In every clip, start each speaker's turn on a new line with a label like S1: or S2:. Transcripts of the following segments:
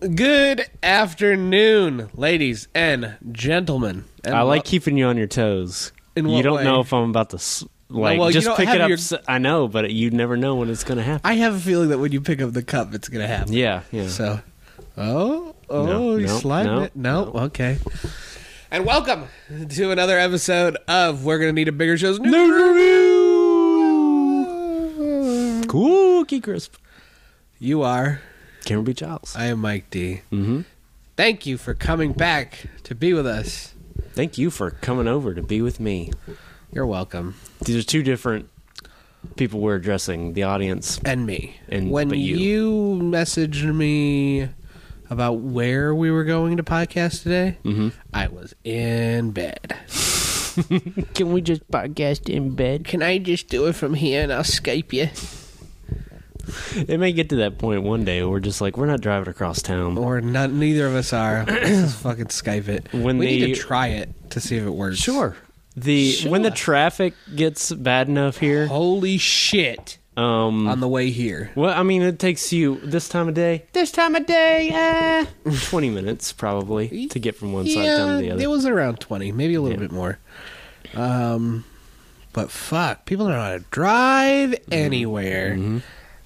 S1: Good afternoon, ladies and gentlemen. And
S2: I like
S1: wel-
S2: keeping you on your toes.
S1: In
S2: you
S1: what
S2: don't
S1: way?
S2: know if I'm about to s- like
S1: well, you
S2: just
S1: don't
S2: pick
S1: have
S2: it up.
S1: your-
S2: s I I know, but you never know when it's going to happen.
S1: I have a feeling that when you pick up the cup, it's going to happen.
S2: yeah, yeah.
S1: So, oh, oh,
S2: No,
S1: you
S2: no,
S1: sliding
S2: no,
S1: it? No, okay. And welcome to another episode of We're Gonna Need a Bigger Show's News.
S2: Cookie crisp.
S1: You are.
S2: Cameron B. Giles.
S1: I am Mike D.
S2: hmm
S1: Thank you for coming back to be with us.
S2: Thank you for coming over to be with me.
S1: You're welcome.
S2: These are two different people we're addressing. The audience.
S1: And me.
S2: And-
S1: when
S2: but you.
S1: you messaged me about where we were going to podcast today,
S2: Mm-hmm.
S1: I was in bed.
S2: Can we just podcast in bed?
S1: Can I just do it from here and I'll Skype you?
S2: It may get to that point one day. Where we're just like we're not driving across town.
S1: Or not? Neither of us are. Let's just fucking Skype it.
S2: When
S1: we
S2: they-
S1: need to try it to see if it works.
S2: The when the
S1: Sure.
S2: traffic gets bad enough here,
S1: Holy shit!
S2: um,
S1: On the way here,
S2: Well, I mean, it takes you this time of day. This time of day, uh, twenty minutes probably to get from one side down to the
S1: yeah,
S2: other.
S1: it was around twenty, maybe a little
S2: Yeah.
S1: bit more. Um, but fuck, people don't know how to drive anywhere.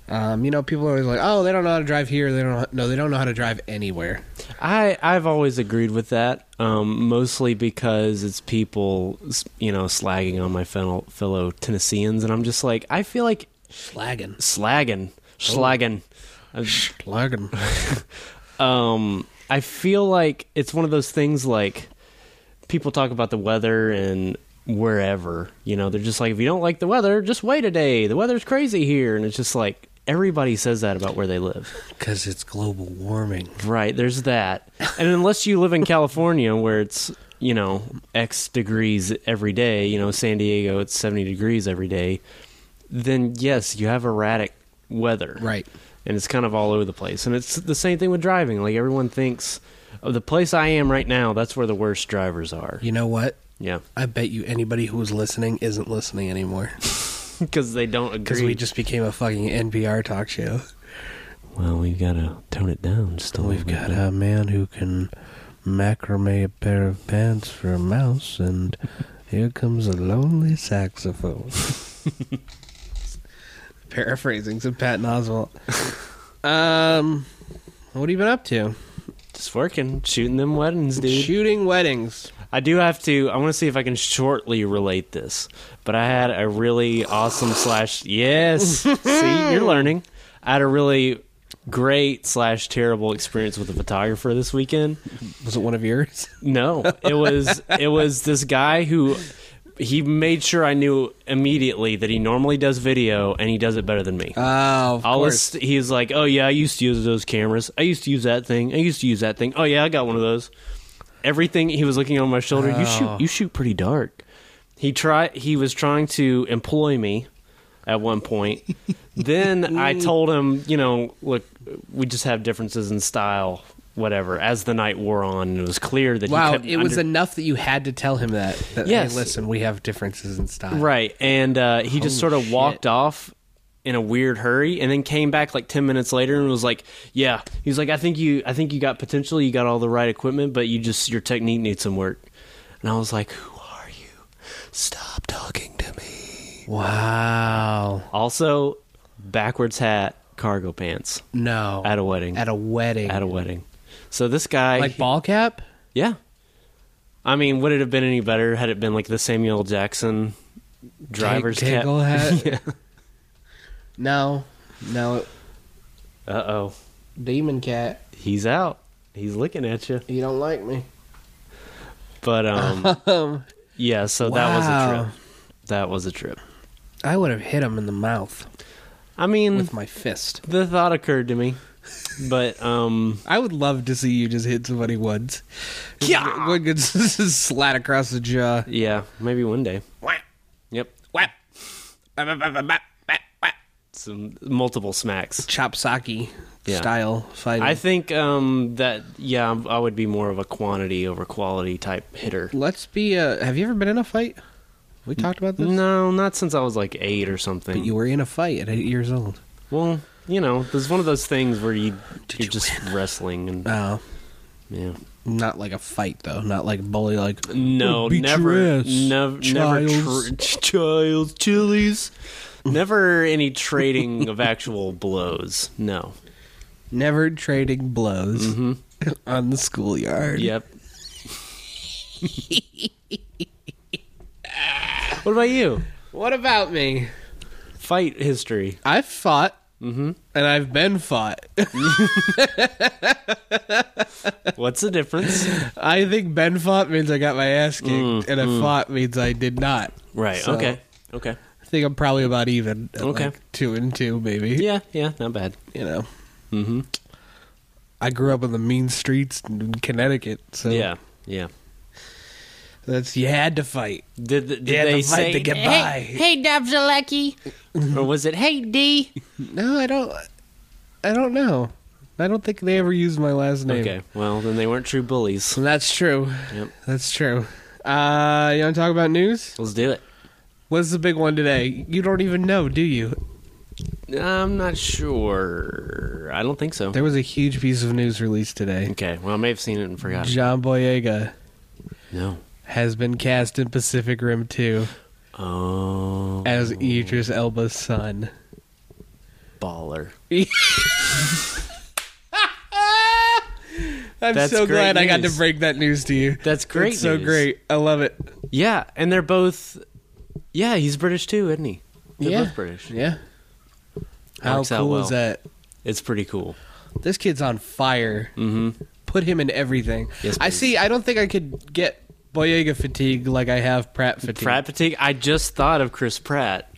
S1: Um, you know, people are always like, "Oh, they don't know how to drive here. They don't no, they don't know how to drive anywhere."
S2: I I've always agreed with that, um, mostly because it's people, s- you know, slagging on my fellow, fellow Tennesseans, and I'm just like, I feel like
S1: Slagging,
S2: slagging, slagging.
S1: slagging.
S2: um I feel like it's one of those things like people talk about the weather and wherever, you know, they're just like if you don't like the weather, just wait a day. The weather's crazy here and it's just like everybody says that about where they live.
S1: because it's global warming.
S2: Right, there's that. And unless you live in California where it's, you know, X degrees every day, you know, San Diego it's 70 degrees every day, then yes, you have erratic weather
S1: Right.
S2: and it's kind of all over the place. And it's the same thing with driving. Like everyone thinks, oh, the place I am right now, that's where the worst drivers are.
S1: You know what?
S2: Yeah,
S1: I bet you anybody who was listening isn't listening anymore
S2: because they don't agree.
S1: because we just became a fucking NPR talk show.
S2: well, we've got to tone it down. Still,
S1: We've got a man who can macrame a pair of pants for a mouse, and here comes a lonely saxophone. Paraphrasing some Patton Oswalt. um, what have you been up to?
S2: just working, shooting them weddings, dude.
S1: Shooting weddings.
S2: I do have to. I want to see if I can shortly relate this, but I had a really awesome slash. Yes, see, you're learning. I had a really great slash terrible experience with a photographer this weekend.
S1: Was it one of yours?
S2: No, it was it was this guy who he made sure I knew immediately that he normally does video and he does it better than me.
S1: Oh, of
S2: All
S1: course.
S2: this, he's like, "Oh yeah, I used to use those cameras. I used to use that thing. I used to use that thing. Oh yeah, I got one of those." Everything he was looking on my shoulder. You
S1: Oh.
S2: shoot. You shoot pretty dark. He try. He was trying to employ me at one point. then I
S1: Mm.
S2: told him, you know, look, we just have differences in style, whatever. As the night wore on, it was clear that he
S1: Wow,
S2: kept
S1: it was
S2: under-
S1: enough that you had to tell him that. that
S2: Yes.
S1: Hey, listen, we have differences in style.
S2: Right. And uh, he
S1: Holy
S2: just sort of
S1: shit.
S2: walked off in a weird hurry and then came back like 10 minutes later and was like, "Yeah." He was like, "I think you I think you got potential. You got all the right equipment, but you just your technique needs some work." And I was like, "Who are you? Stop talking to me."
S1: Wow.
S2: Also, backwards hat, cargo pants
S1: No.
S2: at a wedding.
S1: At a wedding.
S2: At a wedding. So this guy
S1: like ball cap?
S2: Yeah. I mean, would it have been any better had it been like the Samuel L. Jackson driver's
S1: Tang-
S2: cap?
S1: tangle hat. No, no,
S2: Uh oh.
S1: demon cat.
S2: He's out. He's looking at you.
S1: You don't like me.
S2: But um
S1: Um,
S2: yeah, so that was a
S1: Wow.
S2: trip. That was a trip.
S1: I would have hit him in the mouth
S2: I mean,
S1: with my fist.
S2: the thought occurred to me. But um
S1: I would love to see you just hit somebody once. Yeah, one good slat across the jaw.
S2: yeah, maybe one day. Yep. Some multiple smacks.
S1: Chopsaki
S2: Yeah.
S1: style fighting.
S2: I think um that yeah, I'm- I would be more of a quantity over quality type hitter.
S1: Let's be. Uh, have you ever been in a fight? We talked about this.
S2: No, not since I was like 8 or something.
S1: But you were in a fight at eight years old.
S2: well, you know, there's one of those things where you you're
S1: you Uh,
S2: just wrestling and
S1: No,
S2: yeah.
S1: not like a fight though. Not like bully. Like
S2: No,
S1: "I'll beat your
S2: never,
S1: ass,
S2: never, never,
S1: Childs."
S2: tra- Childs, Chili's, never any trading of actual blows. No.
S1: never trading blows
S2: Mm-hmm.
S1: on the schoolyard.
S2: Yep. what about you?
S1: What about me?
S2: Fight history.
S1: I've fought,
S2: Mm-hmm.
S1: and I've been fought.
S2: What's the difference?
S1: I think Ben fought means I got my ass kicked,
S2: Mm,
S1: and a fought means I did not.
S2: Right.
S1: So,
S2: Okay. Okay.
S1: I think I'm probably about even. At
S2: Okay.
S1: like two and two, maybe.
S2: Yeah. Yeah. Not bad.
S1: You know,
S2: Mm-hmm.
S1: I grew up on the mean streets in Connecticut, so
S2: Yeah. Yeah.
S1: that's you had to fight.
S2: Did, th- did
S1: You had
S2: they
S1: to fight
S2: say
S1: to get by.
S2: Hey, Dobzaleki. or was it Hey D?
S1: No, I don't. I don't know. I don't think they ever used my last name.
S2: Okay. Well, then they weren't true bullies.
S1: That's true.
S2: Yep.
S1: That's true. Uh, you want to talk about news?
S2: Let's do it.
S1: What's the big one today? You don't even know, do you?
S2: I'm not sure. I don't think so.
S1: There was a huge piece of news released today.
S2: Okay. Well, I may have seen it and forgotten.
S1: John Boyega
S2: No.
S1: has been cast in Pacific Rim 2
S2: Oh.
S1: as Idris Elba's son.
S2: baller.
S1: Ah! I'm
S2: That's
S1: so
S2: great
S1: glad I got to
S2: news.
S1: break that news to you.
S2: That's great
S1: It's so
S2: news.
S1: great. I love it.
S2: Yeah, and they're both. Yeah, he's British too, isn't he? They're
S1: yeah.
S2: both British.
S1: Yeah. How
S2: Works out
S1: cool
S2: well.
S1: is that?
S2: It's pretty cool.
S1: This kid's on fire.
S2: Mm-hmm.
S1: Put him in everything.
S2: Yes,
S1: I
S2: please.
S1: see. I don't think I could get Boyega fatigue like I have Pratt fatigue.
S2: Pratt fatigue. I just thought of Chris Pratt.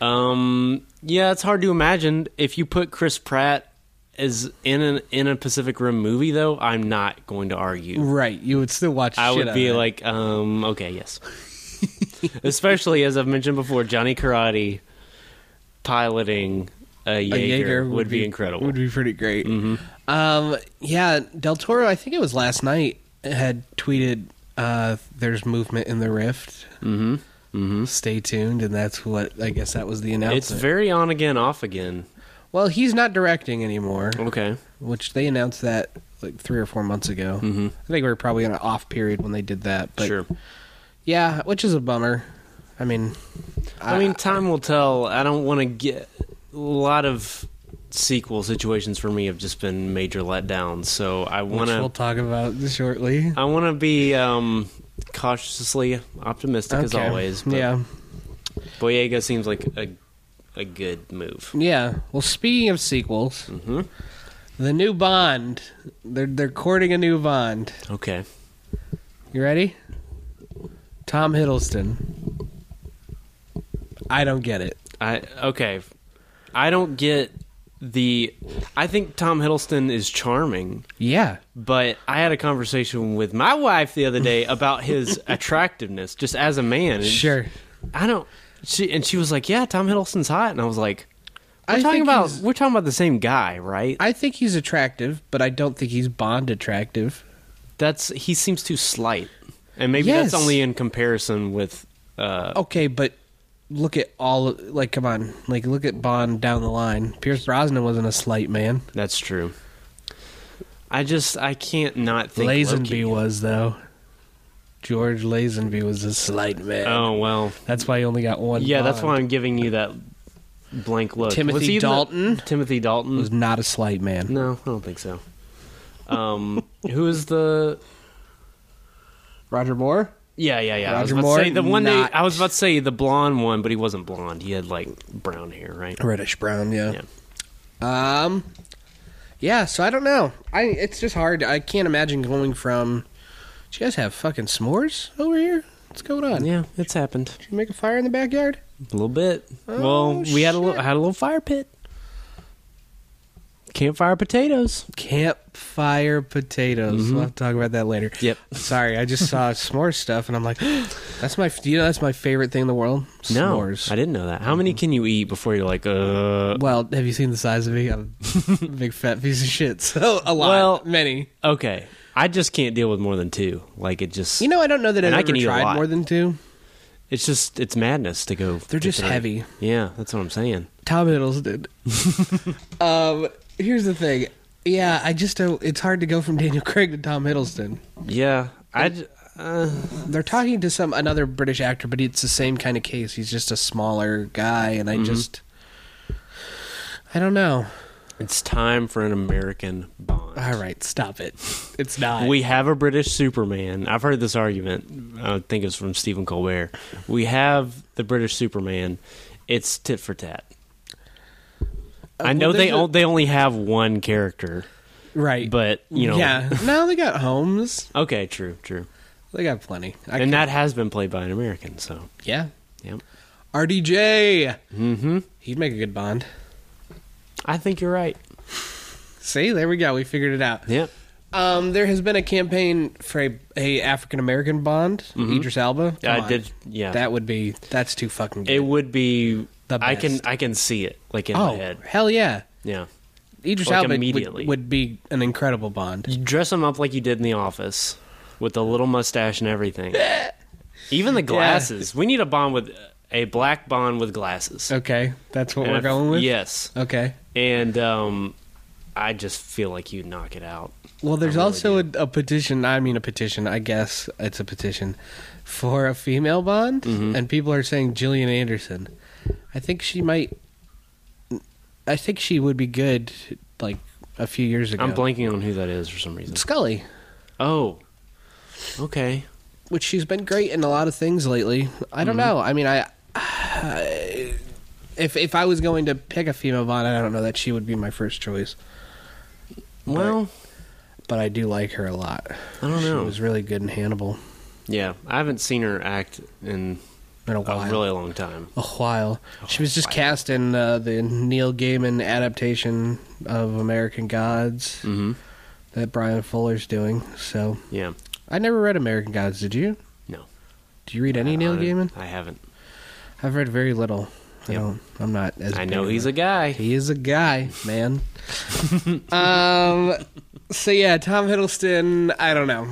S2: Um. Yeah, it's hard to imagine if you put Chris Pratt as in an in a Pacific Rim movie though. I'm not going to argue.
S1: Right. You would still watch.
S2: I
S1: shit
S2: would
S1: out
S2: be
S1: of it.
S2: like, um, okay, yes. Especially as I've mentioned before, Johnny Karate piloting a Jaeger,
S1: a Jaeger
S2: would, be, incredible. Mm-hmm.
S1: Would be pretty great. Um, yeah, Del Toro. I think it was last night had tweeted, uh, "There's movement in the rift.
S2: mm-hmm. Mm-hmm.
S1: Stay tuned." And that's what I guess that was the announcement.
S2: It's very on again, off again.
S1: well, he's not directing anymore,
S2: Okay.
S1: which they announced that like three or four months ago.
S2: Mhm.
S1: I think we were probably in an off period when they did that. But
S2: sure.
S1: yeah, which is a bummer. I mean,
S2: I mean, time will tell. I don't want to get a lot of sequel situations for me have just been major letdowns. So I want
S1: which we'll
S2: to
S1: talk about shortly.
S2: I want to be um, cautiously optimistic as
S1: Okay.
S2: always. But
S1: yeah.
S2: Boyega seems like a a good move.
S1: Yeah. Well, speaking of sequels,
S2: Mhm.
S1: the new Bond. They're they're courting a new Bond.
S2: Okay.
S1: You ready? Tom Hiddleston. I don't get it.
S2: I okay. I don't get the I think Tom Hiddleston is charming.
S1: Yeah.
S2: But I had a conversation with my wife the other day about his attractiveness, just as a man. And
S1: Sure.
S2: I don't. She and she was like, "Yeah, Tom Hiddleston's hot," and I was like, "We're
S1: I
S2: talking
S1: think
S2: about
S1: he's-
S2: we're talking about the same guy, right?"
S1: I think he's attractive, but I don't think he's Bond attractive.
S2: That's he seems too slight, and maybe
S1: Yes.
S2: that's only in comparison with. Uh,
S1: Okay, but look at all like come on. Like look at Bond down the line. Pierce Brosnan wasn't a slight man.
S2: That's true. I just I can't not think.
S1: Lazenby
S2: Loki.
S1: was though. George Lazenby was a slight man.
S2: Oh well,
S1: That's why he only got one.
S2: yeah. That's
S1: Bond.
S2: why I'm giving you that blank look.
S1: Timothy
S2: Was he in the-
S1: Dalton?
S2: Timothy Dalton
S1: was not a slight man.
S2: No, I don't think so. Um, who is the?
S1: Roger Moore?
S2: Yeah, yeah, yeah. I was
S1: Roger
S2: about to
S1: Moore?
S2: say the one.
S1: Not.
S2: That, I was about to say the blonde one, but he wasn't blonde. He had like brown hair, right?
S1: Reddish brown, yeah. Um Yeah, so I don't know. I it's just hard. I can't imagine going from Do you guys have fucking s'mores over here? What's going on?
S2: Yeah, it's happened
S1: Did you make a fire in the backyard?
S2: a little bit.
S1: Oh,
S2: well, we had a little
S1: shit.
S2: had a little fire pit. Campfire potatoes.
S1: Campfire potatoes. We'll have to talk about that later.
S2: Yep.
S1: Sorry, I just saw s'more stuff and I'm like, that's my do you know that's my favorite thing in the world?
S2: No,
S1: S'mores.
S2: I didn't know that. How many can you eat before you're like, uh?
S1: well, have you seen the size of me? I'm a big fat piece of shit. So a lot,
S2: Well,
S1: many.
S2: Okay, I just can't deal with more than two. Like it just.
S1: You know, I don't know that
S2: And
S1: I've
S2: I can
S1: ever
S2: eat a
S1: tried
S2: lot.
S1: more than two.
S2: It's just it's madness to go.
S1: They're just
S2: to town.
S1: heavy.
S2: Yeah, that's what I'm saying.
S1: Tom Hiddles did. um, here's the thing. Yeah, I just don't. It's hard to go from Daniel Craig to Tom Hiddleston.
S2: Yeah, I. j- Uh,
S1: They're talking to some another British actor, but it's the same kind of case. He's just a smaller guy, and I
S2: Mm-hmm.
S1: just, I don't know.
S2: it's time for an American Bond.
S1: All right, stop it. It's not.
S2: We have a British Superman. I've heard this argument. I think it's from Stephen Colbert. We have the British Superman. It's tit for tat. I
S1: Uh,
S2: know
S1: well,
S2: they
S1: there's a-
S2: o- they only have one character,
S1: right,
S2: but you know,
S1: yeah. No, they got Holmes.
S2: Okay, true, true.
S1: They got plenty. I
S2: and
S1: can-
S2: that has been played by an American. So,
S1: yeah,
S2: yeah,
S1: RDJ.
S2: mm-hmm.
S1: He'd make a good Bond.
S2: I think you're right.
S1: See, there we go. We figured it out.
S2: Yep.
S1: Um, there has been a campaign for a, a African American Bond, Idris Elba. Come
S2: I
S1: on.
S2: did. Mm-hmm. Yeah,
S1: That would be that's too fucking good.
S2: it would be.
S1: The
S2: I can
S1: best.
S2: I can see it like in my
S1: oh
S2: head.
S1: hell yeah,
S2: Yeah,
S1: Idris
S2: Like,
S1: Elba would-
S2: immediately.
S1: Would, be an incredible Bond.
S2: you dress him up like you did in the office with the little mustache and everything. Even the glasses. We need a bond with a black bond with glasses.
S1: Okay, that's what
S2: And
S1: we're
S2: I-
S1: going with.
S2: Yes,
S1: Okay.
S2: and um, I just feel like you knock it out.
S1: Well, there's
S2: I really
S1: also a, a petition. I mean, a petition. I guess it's a petition for a female Bond,
S2: Mm-hmm.
S1: and people are saying Gillian Anderson. I think she might. I think she would be good. Like a few years ago,
S2: I'm blanking on who that is for some reason.
S1: Scully.
S2: Oh, okay.
S1: which she's been great in a lot of things lately. I don't
S2: Mm-hmm.
S1: know. I mean, I, I- if if I was going to pick a female Bond, I don't know that she would be my first choice.
S2: Well,
S1: But I do like her a lot.
S2: I don't know.
S1: She was really good in Hannibal
S2: yeah, I haven't seen her act in
S1: in a while.
S2: a really Oh, long time.
S1: a while. She was just cast in uh, the Neil Gaiman adaptation of American Gods
S2: Mm-hmm.
S1: that Brian Fuller's doing. So
S2: Yeah.
S1: I never read American Gods. Did you?
S2: No.
S1: Do you read any Neil
S2: I
S1: Gaiman?
S2: haven't- I haven't.
S1: I've read very little. I
S2: Yep.
S1: don't. I'm not as.
S2: I
S1: big
S2: know
S1: of
S2: he's
S1: a
S2: a guy.
S1: He is a guy, man. um. So yeah, Tom Hiddleston. I don't know.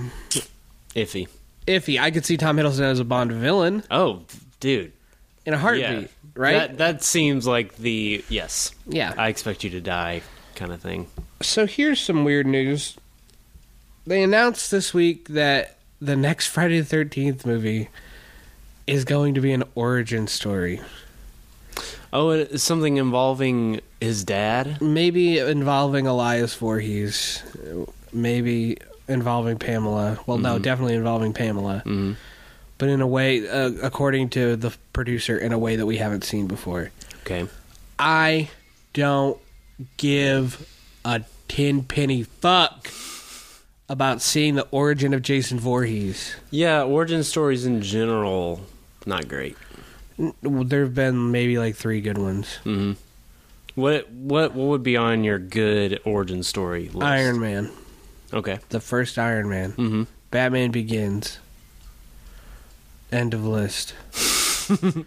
S2: Iffy.
S1: Iffy. I could see Tom Hiddleston as a Bond villain
S2: Oh, dude.
S1: in a
S2: Yeah.
S1: heartbeat, right?
S2: That, that seems like the yes.
S1: Yeah.
S2: I expect you to die kind of thing.
S1: so here's some weird news. They announced this week that the next Friday the Thirteenth movie is going to be an origin story,
S2: Oh, and it's something involving his dad.
S1: maybe involving Elias Voorhees, maybe involving Pamela. Well,
S2: Mm-hmm.
S1: no, definitely involving Pamela.
S2: Mm.
S1: but in a way, uh, according to the producer, in a way that we haven't seen before.
S2: Okay.
S1: I don't give a tin penny fuck about seeing the origin of Jason Voorhees.
S2: Yeah, origin stories in general not great.
S1: N- well, There have been maybe like three good ones.
S2: Mhm. What what what would be on your good origin story list?
S1: Iron Mm-hmm. Man,
S2: Okay.
S1: the first Iron Man,
S2: Mhm.
S1: Batman Begins. End of list.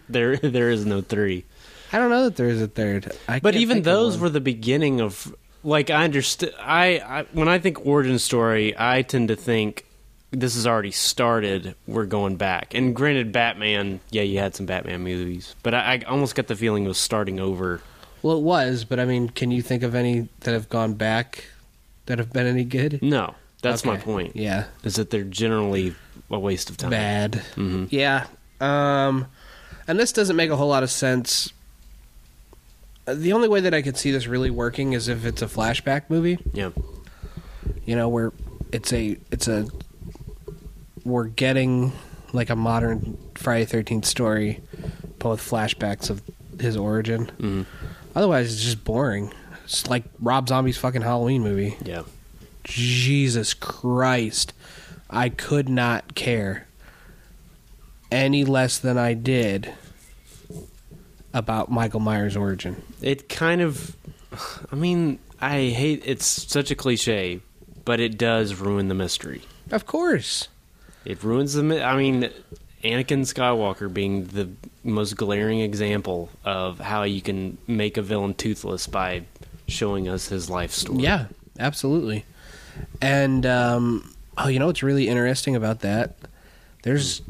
S2: There there is no 3.
S1: I don't know that there is a third. I
S2: But
S1: can't
S2: even
S1: think of
S2: those
S1: one.
S2: were the beginning of like I understand. I, I when I think origin story, I tend to think this has already started. We're going back. And granted, Batman. Yeah, you had some Batman movies, but I, I almost got the feeling it was starting over.
S1: Well, it was, but I mean, can you think of any that have gone back that have been any good?
S2: No, that's my
S1: Okay.
S2: point.
S1: Yeah.
S2: Is that they're generally a waste of time.
S1: Bad.
S2: hmm
S1: Yeah. Um, and this doesn't make a whole lot of sense. Uh, The only way that I could see this really working is if it's a flashback movie,
S2: Yeah.
S1: you know, where it's a it's a we're getting like a modern Friday Thirteenth story, but with flashbacks of his origin.
S2: Mhm.
S1: Otherwise, it's just boring. It's like Rob Zombie's fucking Halloween movie.
S2: Yeah.
S1: Jesus Christ. I could not care any less than I did about Michael Myers' origin.
S2: It kind of. I mean, I hate. It's such a cliche, but it does ruin the mystery.
S1: Of course.
S2: It ruins the. mi- I mean, Anakin Skywalker being the most glaring example of how you can make a villain toothless by showing us his life story.
S1: Yeah, absolutely. And, um, oh, you know what's really interesting about that? There's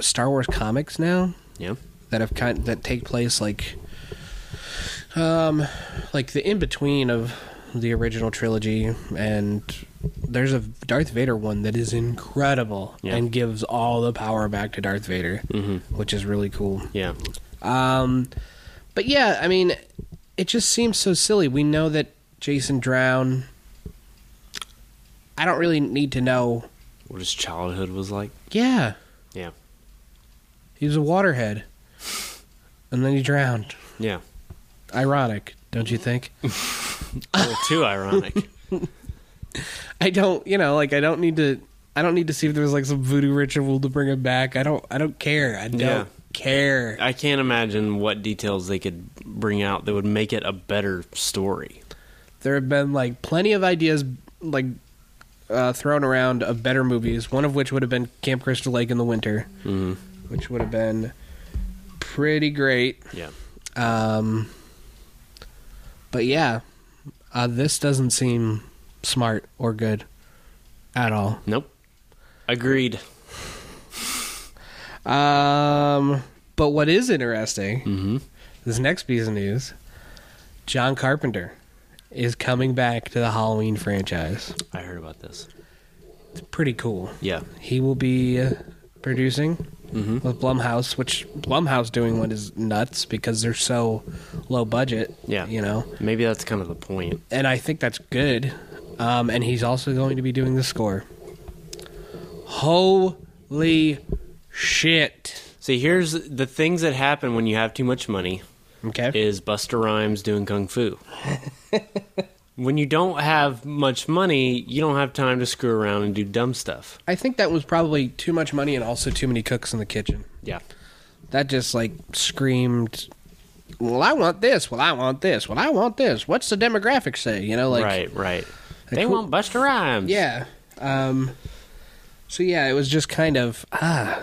S1: Star Wars comics now
S2: Yeah.
S1: that have kind that take place like um like the in between of the original trilogy and there's a Darth Vader one that is incredible
S2: Yeah.
S1: and gives all the power back to Darth Vader, which is really cool.
S2: Yeah.
S1: Um, but yeah, I mean, it just seems so silly. We know that Jason Drown. I don't really need to know.
S2: What his childhood was like.
S1: Yeah,
S2: Yeah.
S1: he was a waterhead, and then he drowned.
S2: Yeah.
S1: Ironic, don't you think?
S2: Well, Oh, too ironic.
S1: I don't, you know, like I don't need to. I don't need to see if there was like some voodoo ritual to bring him back. I don't. I don't care. I don't
S2: Yeah.
S1: care.
S2: I can't imagine what details they could bring out that would make it a better story.
S1: there have been like plenty of ideas like uh, thrown around of better movies. One of which would have been Camp Crystal Lake in the winter,
S2: Mhm.
S1: which would have been pretty great.
S2: Yeah.
S1: Um, but yeah, uh, this doesn't seem smart or good at all.
S2: Nope. Agreed.
S1: Um, but what is interesting
S2: Mm-hmm.
S1: this next piece of news: John Carpenter is coming back to the Halloween franchise.
S2: I heard about this.
S1: It's pretty cool.
S2: Yeah.
S1: he will be uh, producing
S2: Mm-hmm.
S1: with Blumhouse, which Blumhouse doing one is nuts because they're so low budget.
S2: Yeah.
S1: you know,
S2: Maybe that's kind of the point.
S1: and I think that's good. Um, and he's also going to be doing the score. Holy shit!
S2: See, here's the things that happen when you have too much money
S1: Okay,
S2: is Buster Rhymes doing kung fu. when you don't have much money, you don't have time to screw around and do dumb stuff.
S1: I think that was probably too much money and also too many cooks in the kitchen.
S2: Yeah.
S1: That just like screamed. Well, I want this. Well, I want this. Well, I want this. What's the demographic say? You know, like
S2: right, right. They
S1: cool-
S2: want Buster Rhymes.
S1: Yeah. Um, so yeah, it was just kind of ah,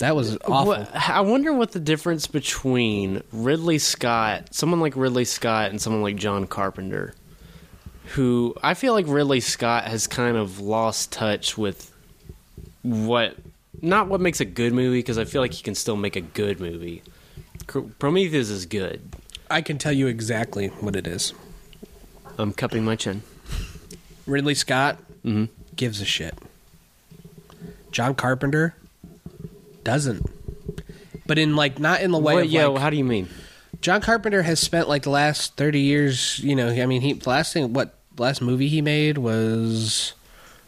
S1: that was awful.
S2: What- I wonder what the difference between Ridley Scott, someone like Ridley Scott, and someone like John Carpenter, who I feel like Ridley Scott has kind of lost touch with what, not what makes a good movie, because I feel like he can still make a good movie. Cr- Prometheus is good.
S1: I can tell you exactly what it is.
S2: I'm cupping my chin.
S1: Ridley Scott
S2: Mhm.
S1: gives a shit. John Carpenter doesn't. But in like not in the way
S2: Wait,
S1: of
S2: yeah,
S1: like-
S2: how do you mean?
S1: John Carpenter has spent like the last thirty years. You know, I mean, he the last thing what the last movie he made was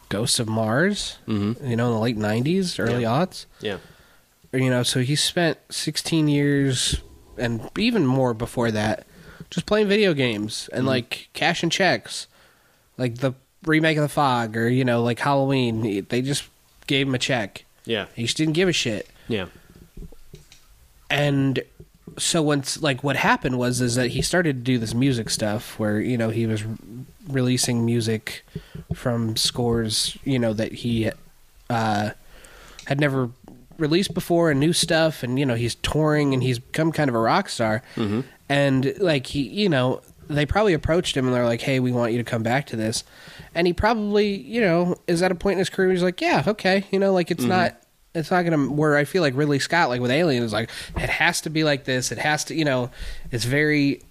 S1: Ghosts of Mars. Mm-hmm. You know, in the late nineties, early aughts.
S2: Yeah.
S1: you know, so he spent 16 years and even more before that just playing video games and like cash and checks, like the remake of The Fog or, you know, like Halloween. They just gave him a check.
S2: Yeah.
S1: He just didn't give a shit.
S2: Yeah.
S1: And so once, like, what happened was is that he started to do this music stuff where, you know, he was re- releasing music from scores, you know, that he uh, had never released before and new stuff and you know he's touring and he's become kind of a rock star and like he you know they probably approached him and they're like hey we want you to come back to this and he probably you know is at a point in his career where he's like yeah okay you know like it's not it's not gonna where i feel like ridley scott like with alien is like it has to be like this it has to you know it's very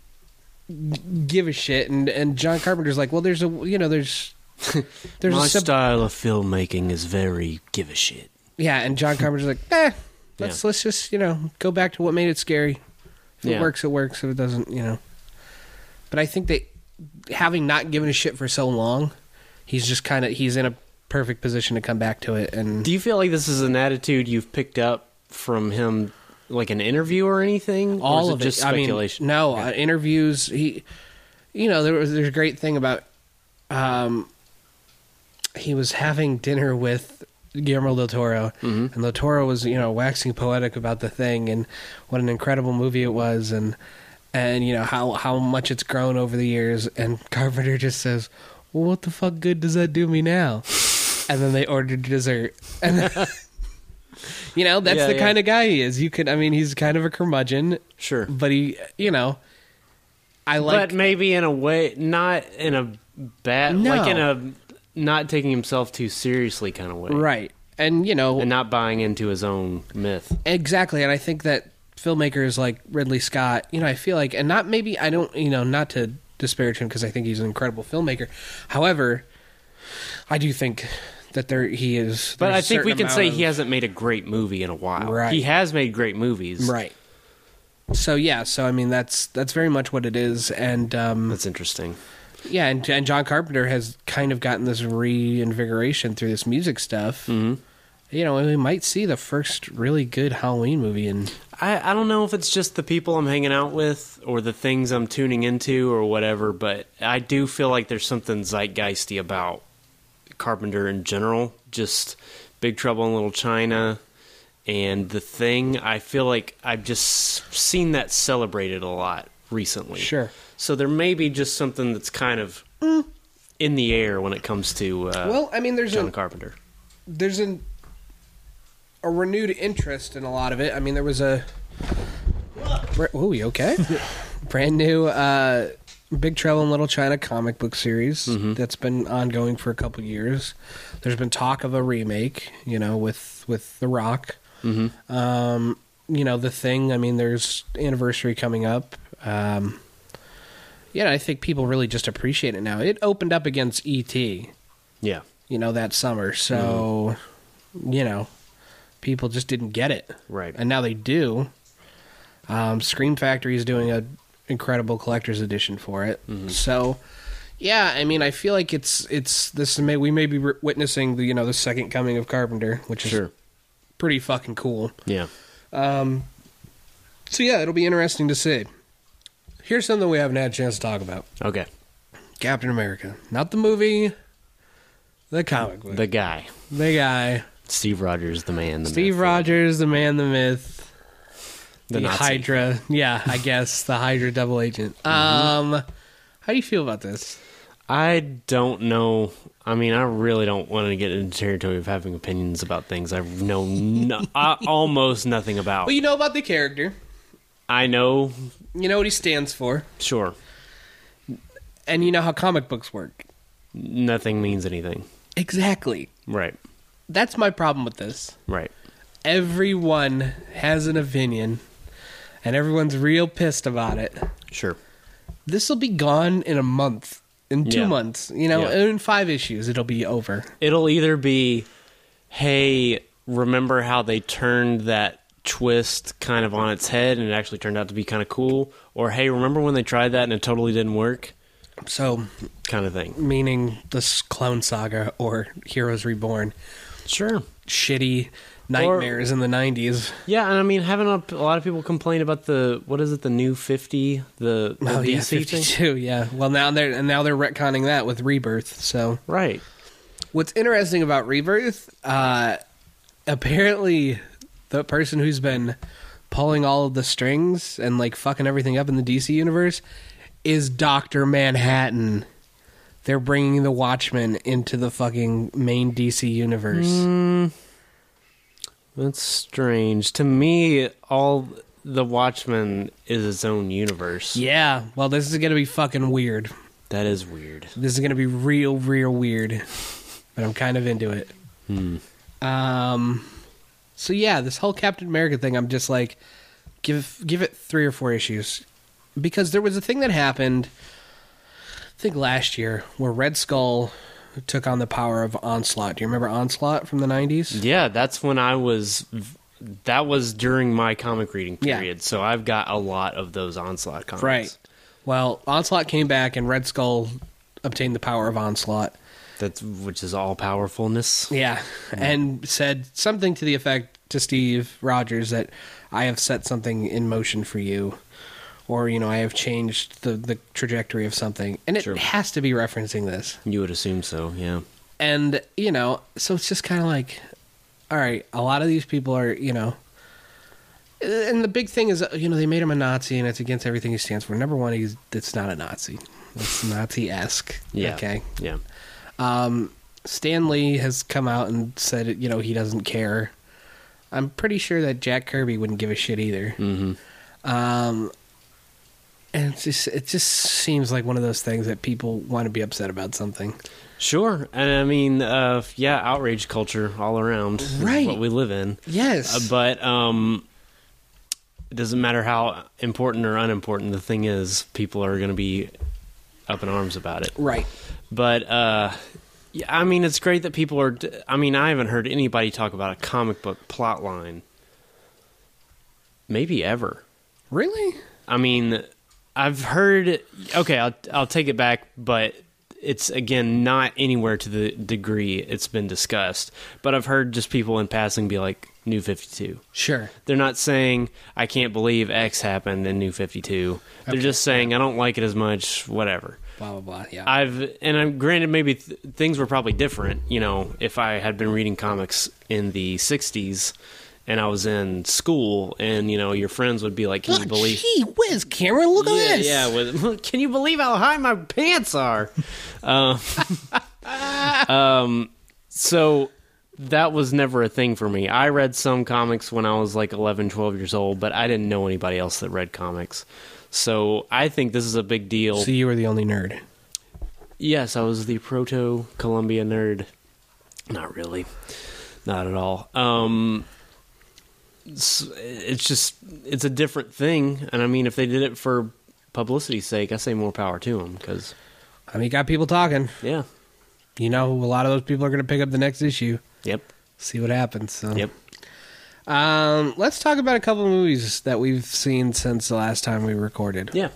S1: give a shit and and john carpenter's like well there's a you know there's there's
S2: my
S1: a sub-
S2: style of filmmaking is very give a shit.
S1: yeah, and John Carpenter's like, eh, let's
S2: Yeah.
S1: let's just you know go back to what made it scary. If it
S2: Yeah.
S1: works, it works. If it doesn't, you know. But I think that having not given a shit for so long, he's just kind of he's in a perfect position to come back to it. And
S2: Do you feel like this is an attitude you've picked up from him, like an interview or anything?
S1: all
S2: or is
S1: of
S2: it just
S1: it,
S2: speculation?
S1: I mean, no uh, interviews. He, you know, there was there's a great thing about, um, he was having dinner with Guillermo del Toro,
S2: Mm-hmm.
S1: and del Toro was you know waxing poetic about the thing and what an incredible movie it was, and and you know how how much it's grown over the years, and Carpenter just says, "Well, what the fuck good does that do me now?" And then they ordered dessert, and. You know, that's
S2: Yeah,
S1: the
S2: yeah.
S1: kind of guy he is. You could, I mean, he's kind of a curmudgeon,
S2: sure,
S1: but he, you know, I like
S2: but maybe in a way, not in a bad,
S1: No.
S2: like in a not taking himself too seriously kind of way.
S1: right, and you know
S2: and not buying into his own myth.
S1: Exactly, and I think that filmmakers like Ridley Scott, you know, I feel like, and not maybe I don't, you know, not to disparage him because I think he's an incredible filmmaker. However, I do think that there he is.
S2: But
S1: there's
S2: I
S1: a
S2: think we
S1: certain
S2: can
S1: amount
S2: say
S1: of-
S2: he hasn't made a great movie in a while.
S1: Right.
S2: He has made great movies.
S1: right. So yeah, so I mean that's that's very much what it is, and um,
S2: That's interesting.
S1: yeah, and, and John Carpenter has kind of gotten this reinvigoration through this music stuff. Mm-hmm. You know, and we might see the first really good Halloween movie in
S2: I, I don't know if it's just the people I'm hanging out with or the things I'm tuning into or whatever, but I do feel like there's something zeitgeisty about Carpenter in general. Just Big Trouble in Little China and The Thing. I feel like I've just seen that celebrated a lot recently.
S1: Sure.
S2: So there may be just something that's kind of in the air when it comes to uh,
S1: Well, I mean, there's
S2: John
S1: a-
S2: Carpenter.
S1: there's an a renewed interest in a lot of it. I mean, there was a oh, you okay? Brand new uh, Big Trouble in Little China comic book series that's been ongoing for a couple years. There's been talk of a remake, you know, with with The Rock. Um, you know, The Thing. I mean, there's anniversary coming up. Um, yeah, I think people really just appreciate it now. It opened up against E E.T
S2: Yeah.
S1: you know, that summer. So, you know, people just didn't get it.
S2: Mm-hmm. Right.
S1: And now they do. Um, Scream Factory is doing a incredible collector's edition for it.
S2: Mm-hmm.
S1: So, yeah, I mean, I feel like it's it's this may we may be re- witnessing the you know the second coming of Carpenter, which is
S2: Sure.
S1: pretty fucking cool. Um,
S2: Yeah.
S1: So yeah, it'll be interesting to see. Here's something we haven't had a chance to talk about:
S2: Okay.
S1: Captain America, not the movie, the comic book,
S2: The guy.
S1: the guy.
S2: Steve Rogers, the man, the
S1: Steve
S2: myth.
S1: Rogers, the man, the myth,
S2: The
S1: the,
S2: Nazi.
S1: Hydra. Yeah, I guess the Hydra double agent.
S2: Mm-hmm.
S1: Um, how do you feel about this?
S2: I don't know. I mean, I really don't want to get into territory of having opinions about things I know no, I, almost nothing about.
S1: Well, you know about the character.
S2: I know,
S1: You know what he stands for,
S2: sure,
S1: and you know how comic books work.
S2: nothing means anything.
S1: Exactly.
S2: Right,
S1: That's my problem with this.
S2: right.
S1: Everyone has an opinion, and everyone's real pissed about it.
S2: Sure.
S1: This will be gone in a month, in two
S2: Yeah.
S1: months. You know,
S2: Yeah.
S1: in five issues, it'll be over.
S2: It'll either be, hey, remember how they turned that twist kind of on its head and it actually turned out to be kind of cool, or hey, remember when they tried that and it totally didn't work,
S1: So
S2: kind of thing.
S1: meaning this clone saga or heroes reborn
S2: Sure.
S1: shitty nightmares in the 90s
S2: Yeah, and I mean, having a, a lot of people complain about the what is it, the new fifty, the, the
S1: oh yeah
S2: DC thing,
S1: 52 yeah well now they're and now they're retconning that with rebirth so
S2: right?
S1: what's interesting about rebirth uh apparently the person who's been pulling all of the strings and like fucking everything up in the dc universe is dr manhattan they're bringing the watchmen into the fucking main dc universe
S2: That's strange to me. All the Watchmen is its own universe.
S1: yeah well this is gonna be fucking weird
S2: That is weird.
S1: This is gonna be real, real weird, but I'm kind of into it. Um, so yeah, this whole Captain America thing, I'm just like, give give it three or four issues, because there was a thing that happened, I think last year, where Red Skull took on the power of Onslaught. Do you remember Onslaught from the '90s?
S2: Yeah, that's when I was. That was during my comic reading
S1: Yeah.
S2: period, so I've got a lot of those onslaught comics.
S1: Right. Well, Onslaught came back, and Red Skull obtained the power of Onslaught.
S2: That's which is all powerfulness.
S1: Yeah, and said something to the effect to Steve Rogers that I have set something in motion for you, or you know, I have changed the the trajectory of something, and it
S2: Sure.
S1: has to be referencing this.
S2: You would assume so. Yeah.
S1: And you know, so it's just kind of like, all right, a lot of these people are you know. And the big thing is, you know, they made him a Nazi, and it's against everything he stands for. Number one, he's it's not a Nazi; it's Nazi-esque.
S2: Yeah.
S1: Okay,
S2: Yeah.
S1: um, Stan Lee has come out and said, you know, he doesn't care. I'm pretty sure that Jack Kirby wouldn't give a shit either.
S2: Mm-hmm.
S1: Um, And it's just, it just seems like one of those things that people want to be upset about something.
S2: Sure, and I mean, uh, yeah, outrage culture all around. is
S1: Right.
S2: what we live in. Uh,
S1: Yes.
S2: but um, it doesn't matter how important or unimportant the thing is. People are going to be up in arms about it.
S1: right.
S2: But uh, yeah, I mean, it's great that people are. d- I mean, I haven't heard anybody talk about a comic book plot line, maybe ever.
S1: Really?
S2: I mean, I've heard. Okay, I'll I'll take it back, but it's again not anywhere to the degree it's been discussed. But I've heard just people in passing be like, "New Fifty Two.
S1: Sure.
S2: They're not saying I can't believe X happened in New Fifty Two. They're just saying I don't like it as much. Whatever.
S1: Blah blah blah. Yeah.
S2: I've and I'm granted maybe th- things were probably different. You know, if I had been reading comics in the '60s and I was in school, and you know, your friends would be like, "Can you
S1: Look,
S2: believe?"
S1: Gee whiz, Cameron, look
S2: yeah,
S1: at this.
S2: Yeah, with, can you believe how high my pants are? um, um, so that was never a thing for me. I read some comics when I was like 11, 12 years old, but I didn't know anybody else that read comics. So I think this is a big deal.
S1: So you were the only nerd.
S2: Yes, I was the proto Columbia nerd. Not really. Not at all. Um it's, it's just it's a different thing and I mean if they did it for publicity's sake, I say more power to them cuz
S1: I mean, you got people talking.
S2: yeah.
S1: You know, a lot of those people are going to pick up the next issue,
S2: Yep.
S1: see what happens. So.
S2: Yep.
S1: Um, let's talk about a couple of movies that we've seen since the last time we recorded.
S2: Yeah.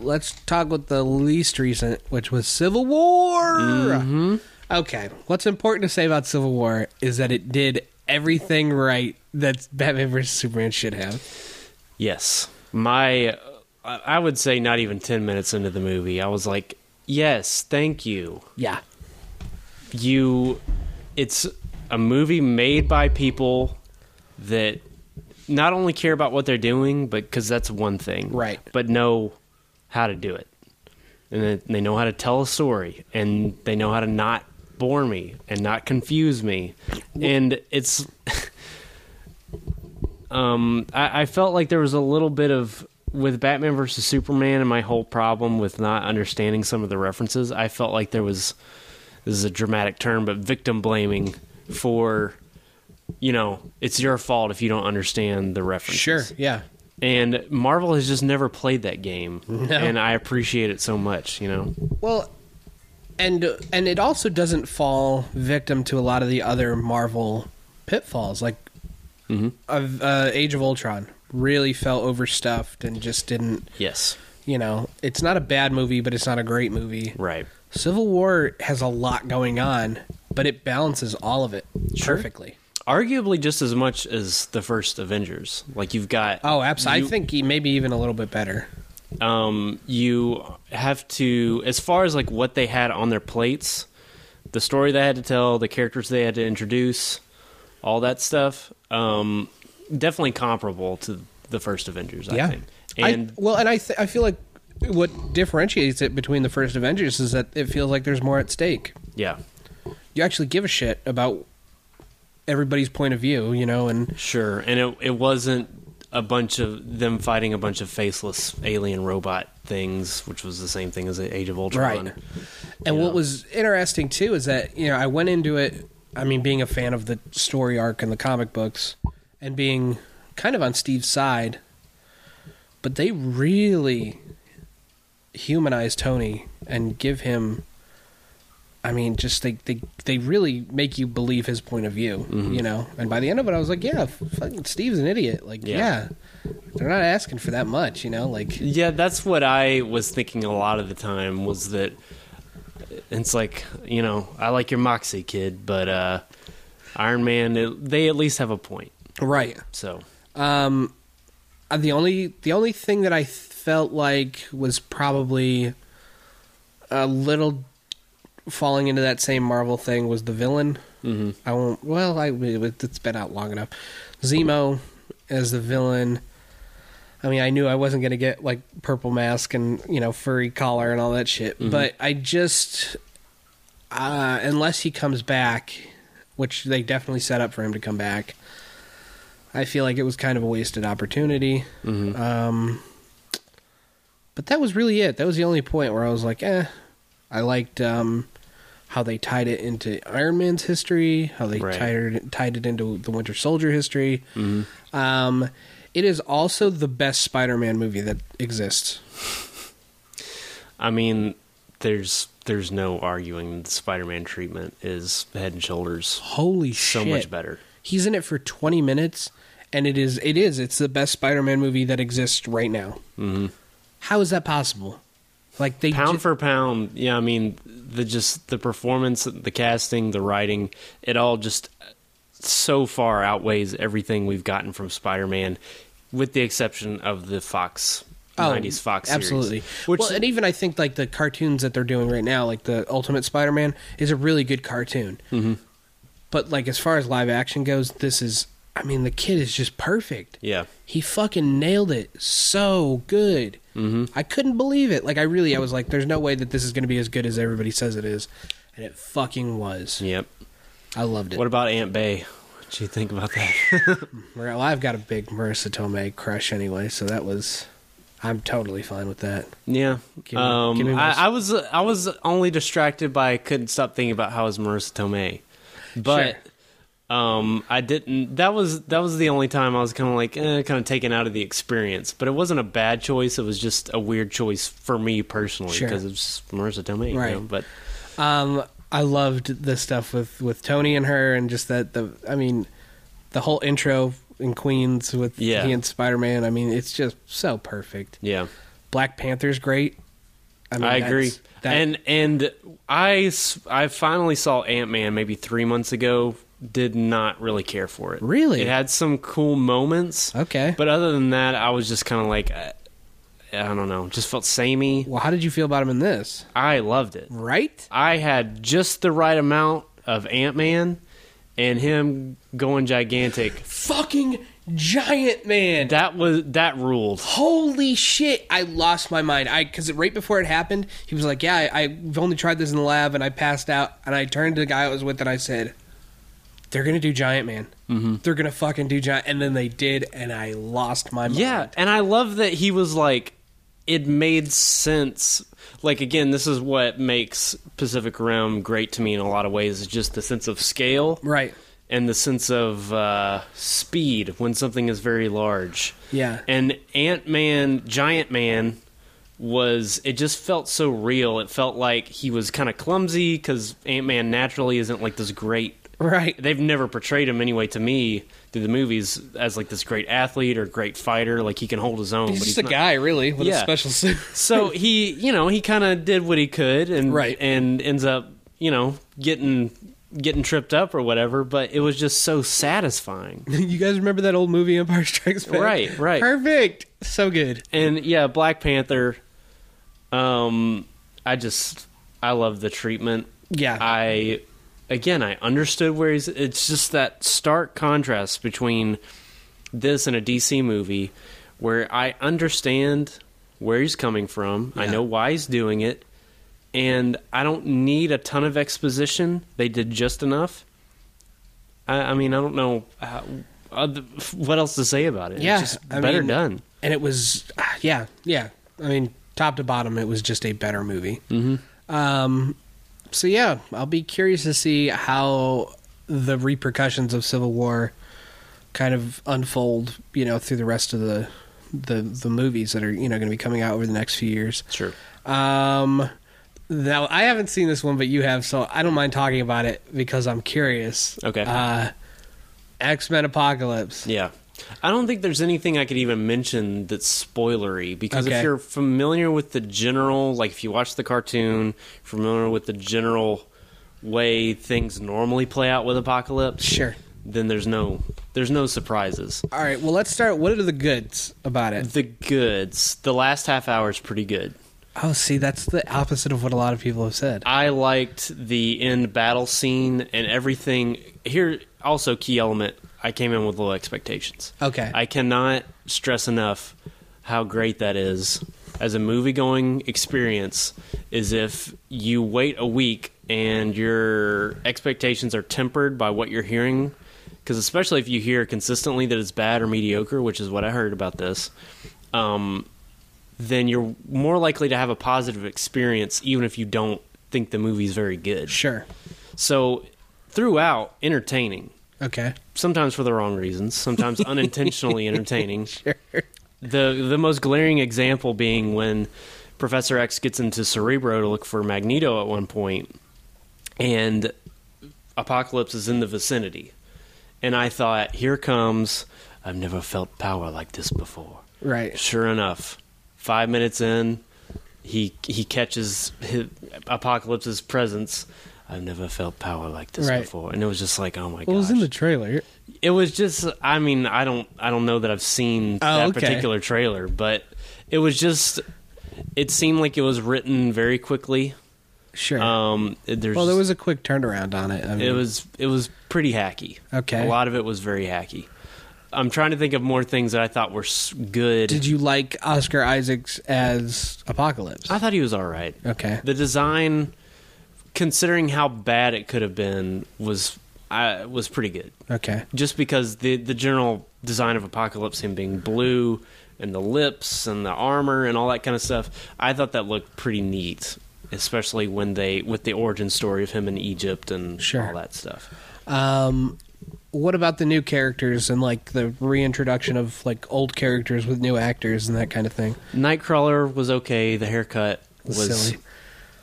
S1: Let's talk with the least recent, which was Civil War. Mm-hmm. Okay, what's important to say about Civil War is that it did everything right that Batman vs Superman should have.
S2: Yes. My I I would say not even 10 minutes into the movie, I was like, "Yes, thank you."
S1: Yeah,
S2: you it's a movie made by people that not only care about what they're doing but because that's one thing
S1: Right.
S2: but know how to do it and they- they know how to tell a story and they know how to not bore me and not confuse me and it's um I, I felt like there was a little bit of with batman versus superman and my whole problem with not understanding some of the references i felt like there was this is a dramatic term, but victim blaming for, you know, it's your fault if you don't understand the reference.
S1: sure, yeah.
S2: And Marvel has just never played that game, and I appreciate it so much. You know.
S1: Well, and and it also doesn't fall victim to a lot of the other Marvel pitfalls, like of uh, Age of Ultron. Really fell overstuffed and just didn't.
S2: Yes.
S1: You know, it's not a bad movie, but it's not a great movie.
S2: Right.
S1: Civil War has a lot going on, but it balances all of it
S2: Sure.
S1: perfectly.
S2: Arguably, just as much as the first Avengers. Like you've got.
S1: Oh, absolutely.
S2: you-
S1: I think he maybe even a little bit better.
S2: um, you have to as far as like what they had on their plates the story they had to tell the characters they had to introduce all that stuff um, definitely comparable to the first avengers i think and
S1: I, well, and I th- I feel like what differentiates it between the first Avengers is that it feels like there's more at stake.
S2: yeah
S1: You actually give a shit about everybody's point of view, you know, and
S2: sure and it, it wasn't a bunch of them fighting a bunch of faceless alien robot things which was the same thing as age of ultron
S1: Right. and what was interesting too is that you know I went into it. I mean, being a fan of the story arc and the comic books, and being kind of on Steve's side, but they really humanize Tony and give him. I mean, just they they they really make you believe his point of view, you know. And by the end of it, I was like, yeah, fucking Steve's an idiot. Like,
S2: Yeah.
S1: yeah. they're not asking for that much, you know. Like,
S2: Yeah, that's what I was thinking a lot of the time was that it's like, you know, I like your moxie kid, but uh Iron Man it, they at least have a point.
S1: right.
S2: So,
S1: Um, uh, the only the only thing that I th- felt like was probably a little falling into that same Marvel thing was the villain. Mm-hmm. I won't. Well, I it- it's been out long enough. Zemo as the villain. I mean, I knew I wasn't going to get like purple mask and you know furry collar and all that shit, but I just uh, unless he comes back, which they definitely set up for him to come back.
S2: Mm-hmm.
S1: I feel like it was kind of a wasted opportunity. Um, But that was really it. That was the only point where I was like, eh. I liked um, how they tied it into Iron Man's history, how they
S2: Right.
S1: tied it, tied it into the Winter Soldier history.
S2: Mhm.
S1: Um, it is also the best Spider-Man movie that exists.
S2: I mean, there's there's no arguing the Spider-Man treatment is head and shoulders
S1: Holy
S2: so
S1: shit!
S2: much better.
S1: He's in it for 20 minutes, and it is it is it's the best Spider-Man movie that exists right now.
S2: hmm
S1: How is that possible? Like they
S2: Pound
S1: ju-
S2: for pound, yeah. I mean, the just the performance, the casting, the writing, it all just so far outweighs everything we've gotten from Spider-Man, with the exception of the Fox. 90s Fox
S1: Oh,
S2: series,
S1: absolutely.
S2: Which
S1: well, and even I think like the cartoons that they're doing right now, like the Ultimate Spider-Man, is a really good cartoon.
S2: Mm-hmm.
S1: But like as far as live action goes, this is. I mean, the kid is just perfect.
S2: yeah,
S1: He fucking nailed it so good.
S2: Mhm.
S1: I couldn't believe it. Like I really, I was like, "There's no way that this is going to be as good as everybody says it is," and it fucking was.
S2: yep.
S1: I loved it.
S2: What about Aunt Bay? What do you think about that?
S1: Well, I've got a big Marissa Tomei crush anyway, so that was. I'm totally fine with that.
S2: yeah,
S1: Give me-
S2: um,
S1: give me my-
S2: I, I was I was only distracted by I couldn't stop thinking about how is Marissa Tomei, but um, I didn't. That was that was the only time I was kind of like eh, kind of taken out of the experience. But it wasn't a bad choice. It was just a weird choice for me personally
S1: Sure.
S2: because it was Marissa Tomei. you
S1: Right.
S2: know, But
S1: Um, I loved the stuff with with Tony and her, and just that the. I mean, the whole intro in Queens with
S2: Yeah.
S1: he and Spider Man. I mean, it's just so perfect.
S2: yeah.
S1: Black Panther's great. mean,
S2: I
S1: that's-
S2: agree.
S1: that-
S2: and and I s- I finally saw Ant Man maybe three months ago. Did not really care for it.
S1: Really? Oh,
S2: it had some cool moments.
S1: okay.
S2: But other than that, I was just kind of like, I, I don't know, just felt samey.
S1: well, how did you feel about him in this?
S2: I loved it.
S1: Right?
S2: I had just the right amount of Ant Man and him going gigantic.
S1: Fucking giant man.
S2: That was that ruled.
S1: Holy shit! I lost my mind. I because right before it happened, he was like, "Yeah, I, I've only tried this in the lab, and I passed out." And I turned to the guy I was with, and I said, "They're gonna do Giant Man.
S2: Mm-hmm.
S1: They're gonna fucking do Giant." And then they did, and I lost my mind.
S2: Yeah, and I love that he was like, it made sense. Like again, this is what makes Pacific Rim great to me in a lot of ways. Is just the sense of scale
S1: right.
S2: and the sense of uh, speed when something is very large.
S1: Yeah.
S2: And Ant Man, Giant Man was it just felt so real. It felt like he was kind of clumsy because Ant Man naturally isn't like this great.
S1: Right.
S2: They've never portrayed him anyway to me through the movies as like this great athlete or great fighter. Like he can hold his own.
S1: He's
S2: but
S1: just
S2: he's
S1: a
S2: not-
S1: guy, really, with a
S2: Yeah.
S1: special suit.
S2: so he, you know, he kind of did what he could, and
S1: Right.
S2: and ends up, you know, getting getting tripped up or whatever. But it was just so satisfying.
S1: you guys remember that old movie, Empire Strikes Back?
S2: Right, right.
S1: Perfect. So good.
S2: And yeah, Black Panther. Um, I just I love the treatment.
S1: Yeah.
S2: I again I understood where he's. It's just that stark contrast between this and a DC movie, where I understand where he's coming from. I
S1: Yeah.
S2: know why he's doing it, and I don't need a ton of exposition. They did just enough. I, I mean, I don't know how, other, what else to say about it.
S1: Yeah,
S2: it's just
S1: I
S2: better
S1: mean,
S2: done.
S1: and it was ah, yeah yeah i mean top to bottom it was just a better movie mm-hmm. um so yeah i'll be curious to see how the repercussions of civil war kind of unfold you know through the rest of the the the movies that are you know going to be coming out over the next few years
S2: Sure.
S1: um now i haven't seen this one but you have so i don't mind talking about it because i'm curious
S2: Okay.
S1: uh x-men apocalypse
S2: Yeah. I don't think there's anything I could even mention that's spoilery because
S1: Okay.
S2: if you're familiar with the general, like if you watch the cartoon, familiar with the general way things normally play out with Apocalypse,
S1: sure
S2: then there's no there's no surprises.
S1: All right, well, let's start. What are the goods about it?
S2: The goods, the last half hour is pretty good.
S1: Oh, see, that's the opposite of what a lot of people have said.
S2: I liked the end battle scene and everything. Here also key element, I came in with low expectations.
S1: Okay.
S2: I cannot stress enough how great that is as a movie going experience is if you wait a week and your expectations are tempered by what you're hearing because especially if you hear consistently that it's bad or mediocre which is what i heard about this um, then you're more likely to have a positive experience, even if you don't think the movie's very good.
S1: Sure.
S2: So, throughout, entertaining.
S1: Okay.
S2: Sometimes for the wrong reasons, sometimes unintentionally entertaining.
S1: Sure.
S2: The the most glaring example being when Professor X gets into Cerebro to look for Magneto at one point, and Apocalypse is in the vicinity. And I thought, here comes, I've never felt power like this before.
S1: Right.
S2: Sure enough, five minutes in, he he catches his, Apocalypse's presence. I've never felt power like this
S1: Right.
S2: before, and it was just like, oh my
S1: Well, it was
S2: gosh!
S1: in the trailer.
S2: it was just, I mean, I don't, I don't know that I've seen
S1: Oh,
S2: that
S1: okay.
S2: particular trailer, but it was just, it seemed like it was written very quickly.
S1: Sure.
S2: Um, there's,
S1: well, there was a quick turnaround on it. I mean,
S2: it was, it was pretty hacky.
S1: Okay.
S2: a lot of it was very hacky. I'm trying to think of more things that I thought were s- good.
S1: Did you like Oscar Isaacs as Apocalypse?
S2: I thought he was all right.
S1: okay.
S2: The design, considering how bad it could have been, was I was pretty good.
S1: Okay.
S2: Just because the the general design of Apocalypse, him being blue, and the lips and the armor and all that kind of stuff, I thought that looked pretty neat. Especially when they with the origin story of him in Egypt and
S1: Sure.
S2: all that stuff.
S1: Um, what about the new characters and like the reintroduction of like old characters with new actors and that kind of thing?
S2: Nightcrawler was okay. The haircut
S1: Was
S2: was
S1: silly.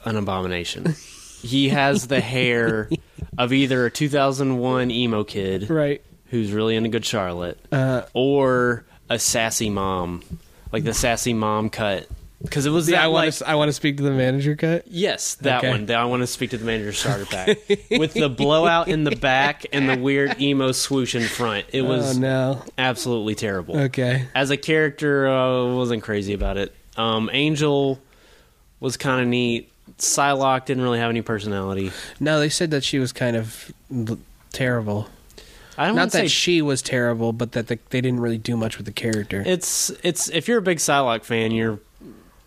S2: an abomination. he has the hair of either a 2001 emo kid,
S1: Right.
S2: who's really into good Charlotte,
S1: Uh,
S2: or a sassy mom, like the sassy mom cut. Because it was
S1: See,
S2: that
S1: I want
S2: like,
S1: to. I want to speak to the manager cut.
S2: yes, that
S1: Okay.
S2: one. That I want to speak to the manager starter pack with the blowout in the back and the weird emo swoosh in front. It was
S1: oh no.
S2: absolutely terrible.
S1: Okay.
S2: As a character, uh, I wasn't crazy about it. Um, Angel was kind of neat. Psylocke didn't really have any personality.
S1: No, they said that she was kind of l- terrible.
S2: I don't
S1: Not
S2: want to
S1: that
S2: say
S1: she was terrible, but that the, they didn't really do much with the character.
S2: it's it's if you're a big Psylocke fan, you're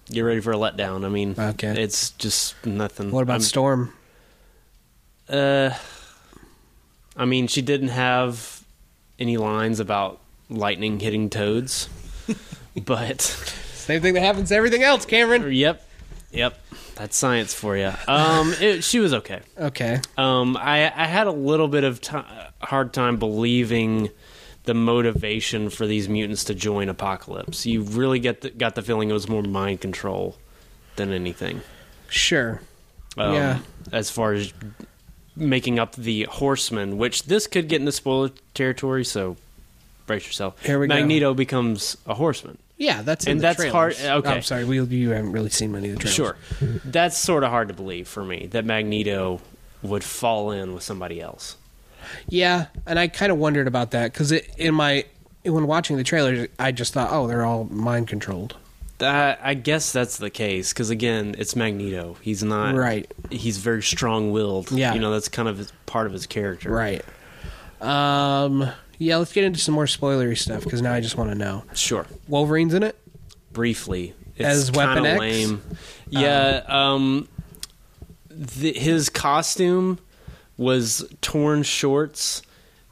S2: you're ready for a letdown. I mean,
S1: Okay.
S2: it's just nothing.
S1: what about
S2: I'm-
S1: Storm?
S2: uh, I mean, she didn't have any lines about lightning hitting toads, but
S1: Same thing that happens to everything else, Cameron.
S2: yep, yep, that's science for you. Um, it, she was okay.
S1: Okay.
S2: Um, I I had a little bit of ti hard time believing the motivation for these mutants to join Apocalypse. You really get the, got the feeling it was more mind control than anything. Um,
S1: Sure. Yeah.
S2: As far as making up the Horsemen, which this could get into spoiler territory, so brace yourself.
S1: Here we go.
S2: Magneto becomes a Horseman.
S1: Yeah, that's in
S2: And
S1: the
S2: that's
S1: trailers.
S2: hard- uh, okay.
S1: I'm sorry, we you haven't really seen many of the trailers.
S2: Sure. That's sort of hard to believe for me that Magneto would fall in with somebody else.
S1: Yeah, and I kind of wondered about that because in my when watching the trailers, I just thought, oh, they're all mind controlled.
S2: That, I guess that's the case because again, it's Magneto. He's not
S1: Right.
S2: He's very strong-willed.
S1: Yeah.
S2: you know that's kind of his, part of his character.
S1: Right. Um. Yeah, let's get into some more spoilery stuff because now I just want to know.
S2: Sure.
S1: Wolverine's in it.
S2: Briefly, it's
S1: As Weapon
S2: kinda
S1: X? Uh.
S2: Lame. Yeah. Um. th his costume was torn shorts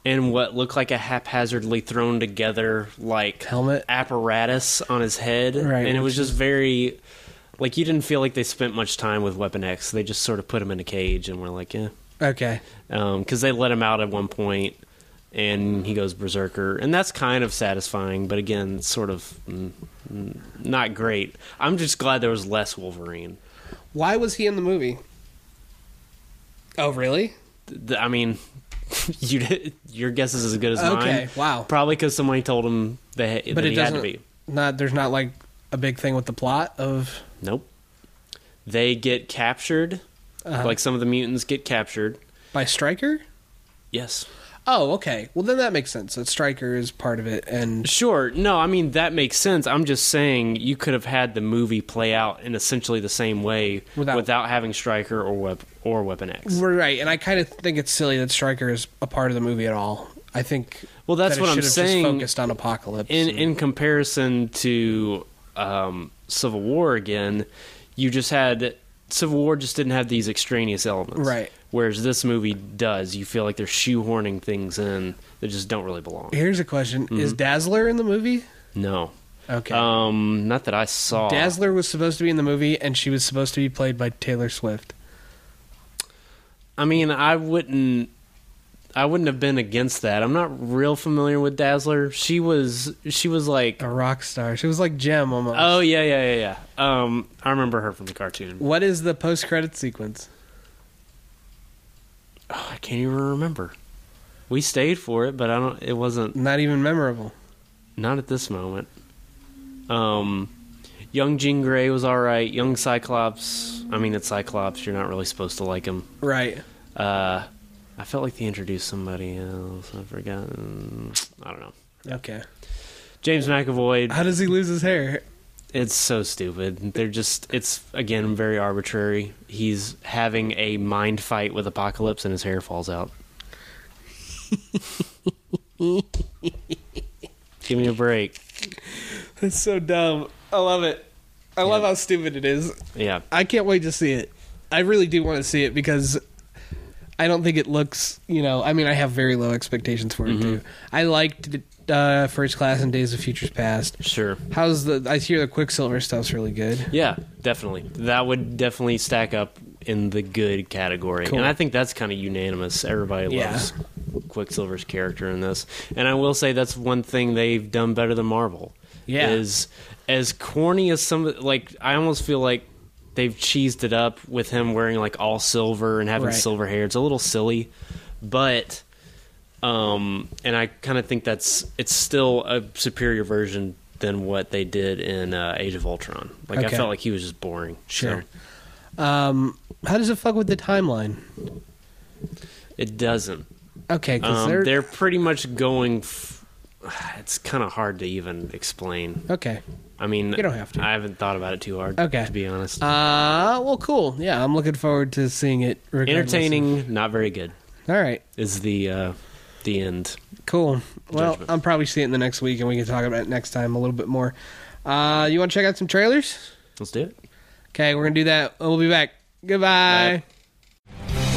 S2: and what looked like a haphazardly thrown together like
S1: Helmet?
S2: apparatus on his head,
S1: Right,
S2: and it was
S1: which
S2: just very. Like you didn't feel like they spent much time with Weapon X. They just sort of put him in a cage and were like, "Eh." "Yeah,
S1: Okay.
S2: because Um, they let him out at one point and he goes berserker and that's kind of satisfying but again it's sort of mm, mm, not great i'm just glad there was less wolverine
S1: Why was he in the movie? Oh, really?
S2: Th- th- i mean you did- your guess is as good as
S1: Okay.
S2: mine
S1: Wow.
S2: probably because somebody told him that,
S1: but
S2: that
S1: it
S2: he had
S1: doesn't.
S2: to be
S1: Not there's not like a big thing with the plot of.
S2: nope they get captured
S1: Uh-huh.
S2: like some of the mutants get captured
S1: by Striker.
S2: yes
S1: Oh, okay. Well, then that makes sense. That Striker is part of it, and
S2: Sure. No, I mean that makes sense. I'm just saying you could have had the movie play out in essentially the same way
S1: Without-
S2: without, having Striker or Wep- or Weapon X.
S1: right. And I kind of think it's silly that Striker is a part of the movie at all. I think.
S2: Well, that's
S1: that it
S2: what I'm
S1: should have
S2: saying.
S1: Just focused on Apocalypse.
S2: In
S1: and-
S2: in comparison to um, Civil War again, you just had Civil War just didn't have these extraneous elements,
S1: Right.
S2: Whereas this movie does. You feel like they're shoehorning things in that just don't really belong.
S1: Here's a question: Is Dazzler in the movie?
S2: No.
S1: Okay.
S2: Um, not that I saw.
S1: Dazzler was supposed to be in the movie, and she was supposed to be played by Taylor Swift.
S2: I mean, I wouldn't. I wouldn't have been against that. I'm not real familiar with Dazzler. She was. She was like.
S1: A rock star. She was like Gem almost.
S2: Oh yeah, yeah, yeah, yeah. Um, I remember her from the cartoon.
S1: What is the post credit sequence?
S2: Oh, I can't even remember. We stayed for it, but I don't. It wasn't.
S1: Not even memorable.
S2: Not at this moment. Um, young Jean Grey was all right. Young Cyclops. I mean, it's Cyclops. You're not really supposed to like him.
S1: Right.
S2: Uh, I felt like they introduced somebody else. I've forgotten. I don't know.
S1: Okay.
S2: James McAvoy.
S1: How does he lose his hair?
S2: It's so stupid. They're just. It's again very arbitrary. He's having a mind fight with Apocalypse, and his hair falls out. Give me a break.
S1: That's so dumb. I love it. I love how stupid it is.
S2: Yeah.
S1: I can't wait to see it. I really do want to see it because I don't think it looks, you know, I mean, I have very low expectations
S2: Mm-hmm.
S1: for it too. I liked uh, First Class and Days of Futures Past.
S2: Sure.
S1: How's the? I hear the Quicksilver stuff's really good.
S2: Yeah, definitely. That would definitely stack up in the good category.
S1: Cool.
S2: And I think that's kind of unanimous. Everybody
S1: Yeah.
S2: loves Quicksilver's character in this. And I will say that's one thing they've done better than Marvel.
S1: Yeah.
S2: Is as corny as some like I almost feel like they've cheesed it up with him wearing like all silver and having
S1: Right.
S2: silver hair. It's a little silly, but um and I kind of think that's it's still a superior version than what they did in uh, Age of Ultron. Like I
S1: Okay.
S2: felt like he was just boring.
S1: Sure.
S2: So
S1: Um, how does it fuck with the timeline?
S2: it doesn't.
S1: Okay, because
S2: Um,
S1: they're,
S2: they're, pretty much going. F- it's kind of hard to even explain.
S1: okay.
S2: I mean,
S1: You don't have to.
S2: I haven't thought about it too hard.
S1: Okay.
S2: to be honest,
S1: Uh, well, cool. Yeah, I'm looking forward to seeing it. regardless of-
S2: entertaining, not very good.
S1: All right,
S2: Is the uh, the end?
S1: cool. Well,
S2: Judgment.
S1: I'm probably seeing it the next week, and we can talk about it next time a little bit more. Uh, you want to check out some trailers?
S2: Let's do it.
S1: Okay, we're gonna do that. We'll be back. Goodbye.
S2: Bye.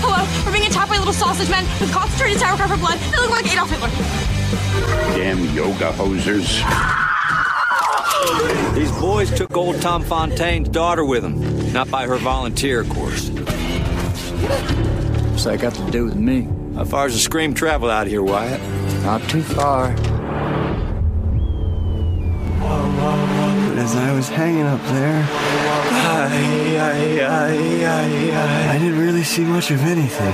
S3: Hello, we're being attacked by little sausage men with concentrated sauerkraut for blood. They look like Adolf Hitler.
S4: Damn yoga hosers.
S5: These boys took old Tom Fontaine's daughter with them. Not by her volunteer, of course.
S6: What's that got to do with me?
S5: How far's the scream travel out here, Wyatt?
S6: Not too far.
S7: But as I was hanging up there, I didn't really see much of anything.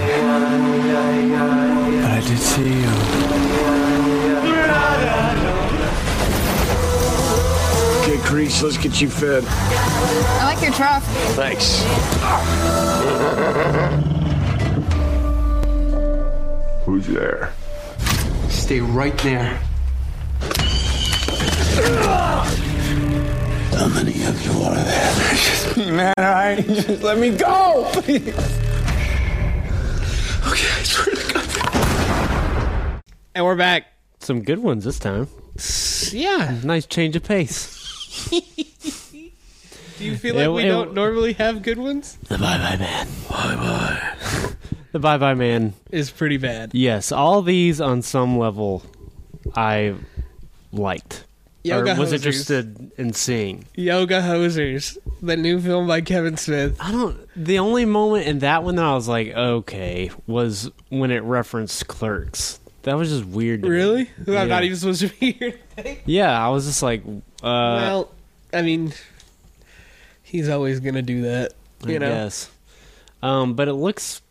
S7: But I did see you.
S8: Okay, Crease, let's get you fed.
S3: I like your truck.
S8: Thanks.
S4: Who's there?
S7: Stay right there. How many of you are there? Just me, man, all right? Just let me go, please. Okay, I swear to God.
S1: And we're back.
S2: Some good ones this time.
S1: Yeah.
S2: Nice change of pace.
S1: Do you feel
S2: Yeah,
S1: like we
S2: it-
S1: don't normally have good ones?
S2: The Bye Bye Man. Bye Bye. the Bye Bye Man.
S1: Is pretty bad.
S2: Yes, all these on some level, I liked.
S1: Yoga
S2: or was
S1: hosers.
S2: interested in seeing.
S1: Yoga Hosers, the new film by Kevin Smith.
S2: I don't. The only moment in that one that I was like, okay, was when it referenced Clerks. That was just weird. to me.
S1: Really?
S2: Yeah.
S1: I'm not even supposed to be here. today.
S2: Yeah, I was just like, uh,
S1: well, I mean, he's always gonna do that. You
S2: I
S1: know.
S2: guess. Um, but it looks.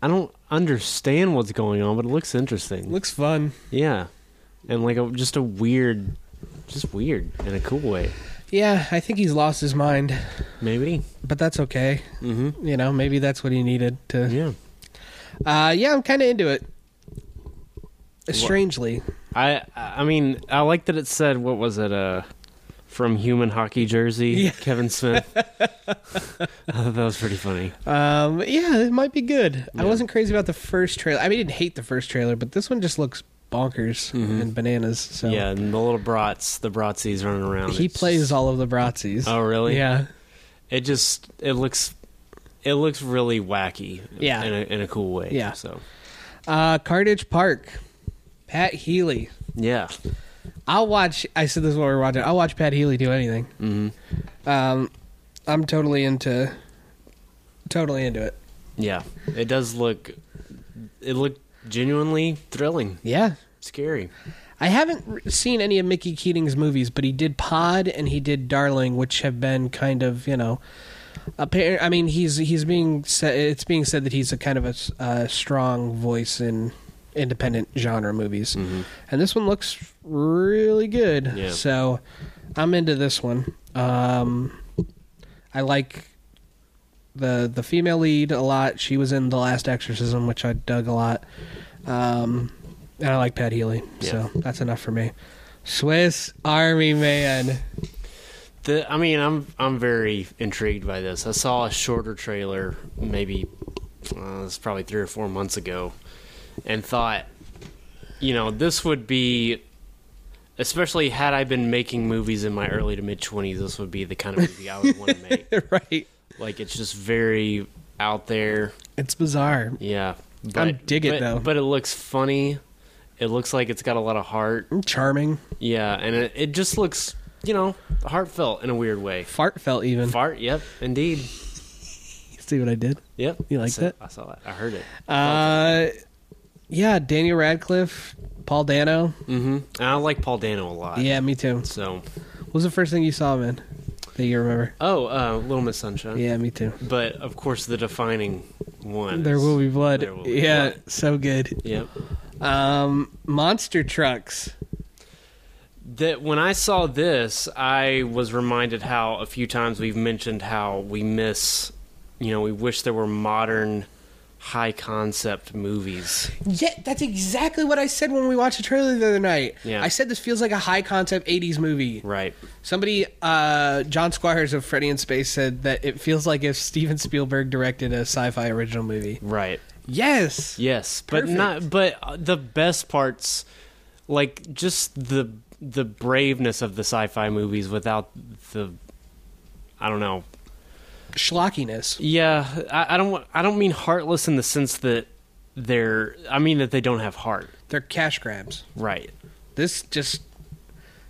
S2: I don't understand what's going on, but it looks interesting.
S1: Looks fun.
S2: yeah, and like a, just a weird, just weird in a cool way,
S1: Yeah, I think he's lost his mind,
S2: maybe.
S1: but that's okay. Mm-hmm. You know, maybe that's what he needed to.
S2: Yeah.
S1: Uh, yeah, I'm kind of into it. Strangely,
S2: I I mean I like that it said what was it uh from human hockey jersey
S1: Yeah.
S2: Kevin Smith. I thought that was pretty funny.
S1: um, yeah, it might be good. I wasn't crazy about the first trailer. I mean, I didn't hate the first trailer, but this one just looks bonkers and bananas. So
S2: Mm-hmm. Yeah, and the little brats, the bratsies running around.
S1: he
S2: It's
S1: plays
S2: just-
S1: all of the Bratzies.
S2: Oh really?
S1: Yeah.
S2: It just it looks it looks really wacky.
S1: Yeah.
S2: In a, in a cool way.
S1: Yeah.
S2: So
S1: Uh, Carnage Park. Pat Healy.
S2: yeah.
S1: I'll watch. I said this while we were watching. I'll watch Pat Healy do anything. Mm-hmm. Um, I'm totally into, totally into it.
S2: Yeah, it does look. It looked genuinely thrilling,
S1: Yeah,
S2: scary.
S1: I haven't r- seen any of Mickey Keating's movies, but he did Pod and he did Darling, which have been kind of you know, apparent. I mean, he's he's being sa it's being said that he's a kind of a s- uh, strong voice in independent genre movies, and this one looks really good.
S2: Yeah.
S1: So I'm into this one. Um, I like the the female lead a lot. She was in The Last Exorcism, which I dug a lot. Um, and I like Pat Healy, so that's enough for me. Swiss Army Man.
S2: The, I mean, I'm I'm very intrigued by this. I saw a shorter trailer, maybe uh, it's probably three or four months ago, and thought, you know, this would be, especially had I been making movies in my early to mid twenties, this would be the kind of movie I would want to make.
S1: right.
S2: Like, it's just very out there.
S1: It's bizarre.
S2: Yeah, but,
S1: dig it,
S2: but-
S1: though.
S2: But it looks funny. It looks like it's got a lot of heart.
S1: Charming.
S2: Yeah, and it, it just looks, you know, heartfelt in a weird way.
S1: Fart felt even.
S2: Fart. Yep, indeed.
S1: See what I did?
S2: Yep.
S1: You like
S2: I saw-
S1: that?
S2: I saw that. I heard it.
S1: Uh, yeah, Daniel Radcliffe, Paul Dano.
S2: Mm-hmm. And I like Paul Dano a lot.
S1: Yeah, me too.
S2: So,
S1: What was the first thing you saw, man, that you remember?
S2: oh, uh, Little Miss Sunshine.
S1: Yeah, me too.
S2: But of course, the defining one.
S1: There
S2: is-
S1: will be blood.
S2: There Will Be
S1: yeah,
S2: Blood.
S1: so good.
S2: Yep.
S1: Um, monster trucks.
S2: That when I saw this, I was reminded how a few times we've mentioned how we miss, you know, we wish there were modern, high concept movies.
S1: Yeah, that's exactly what I said when we watched the trailer the other night.
S2: Yeah.
S1: I said this feels like a high concept 80s movie.
S2: Right.
S1: Somebody, uh, John Squires of Freddy in Space said that it feels like if Steven Spielberg directed a sci fi original movie.
S2: Right.
S1: Yes.
S2: Yes, but
S1: Perfect.
S2: not. But uh, the best parts, like just the the braveness of the sci-fi movies without the, I don't know.
S1: Schlockiness.
S2: Yeah, I, I don't. want- I don't mean heartless in the sense that they're. I mean that they don't have heart.
S1: They're cash grabs.
S2: Right.
S1: This just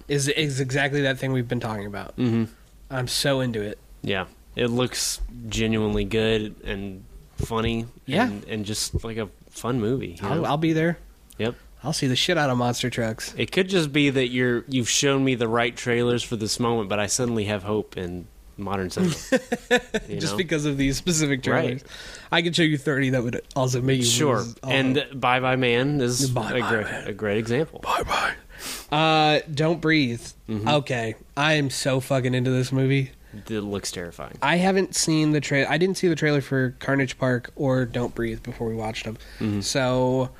S1: is, is exactly that thing we've been talking about. Mm-hmm. I'm so into it.
S2: Yeah. It looks genuinely good and funny.
S1: Yeah.
S2: And, and just like a fun movie. you know?
S1: I'll, I'll be there.
S2: yep.
S1: I'll see the shit out of monster trucks.
S2: It could just be that you're you've shown me the right trailers for this moment, but I suddenly have hope in modern cinema. you
S1: Just
S2: know?
S1: because of these specific trailers,
S2: Right.
S1: I could show you thirty that would also make you
S2: Sure.
S1: lose all
S2: And Bye Bye Man is
S1: Bye
S2: a,
S1: Bye
S2: great,
S1: Man.
S2: a great example.
S1: Uh, don't breathe.
S2: Mm-hmm.
S1: Okay, I am so fucking into this movie.
S2: It looks terrifying.
S1: I haven't seen the trailer. I didn't see the trailer for Carnage Park or Don't Breathe before we watched them.
S2: Mm-hmm.
S1: So,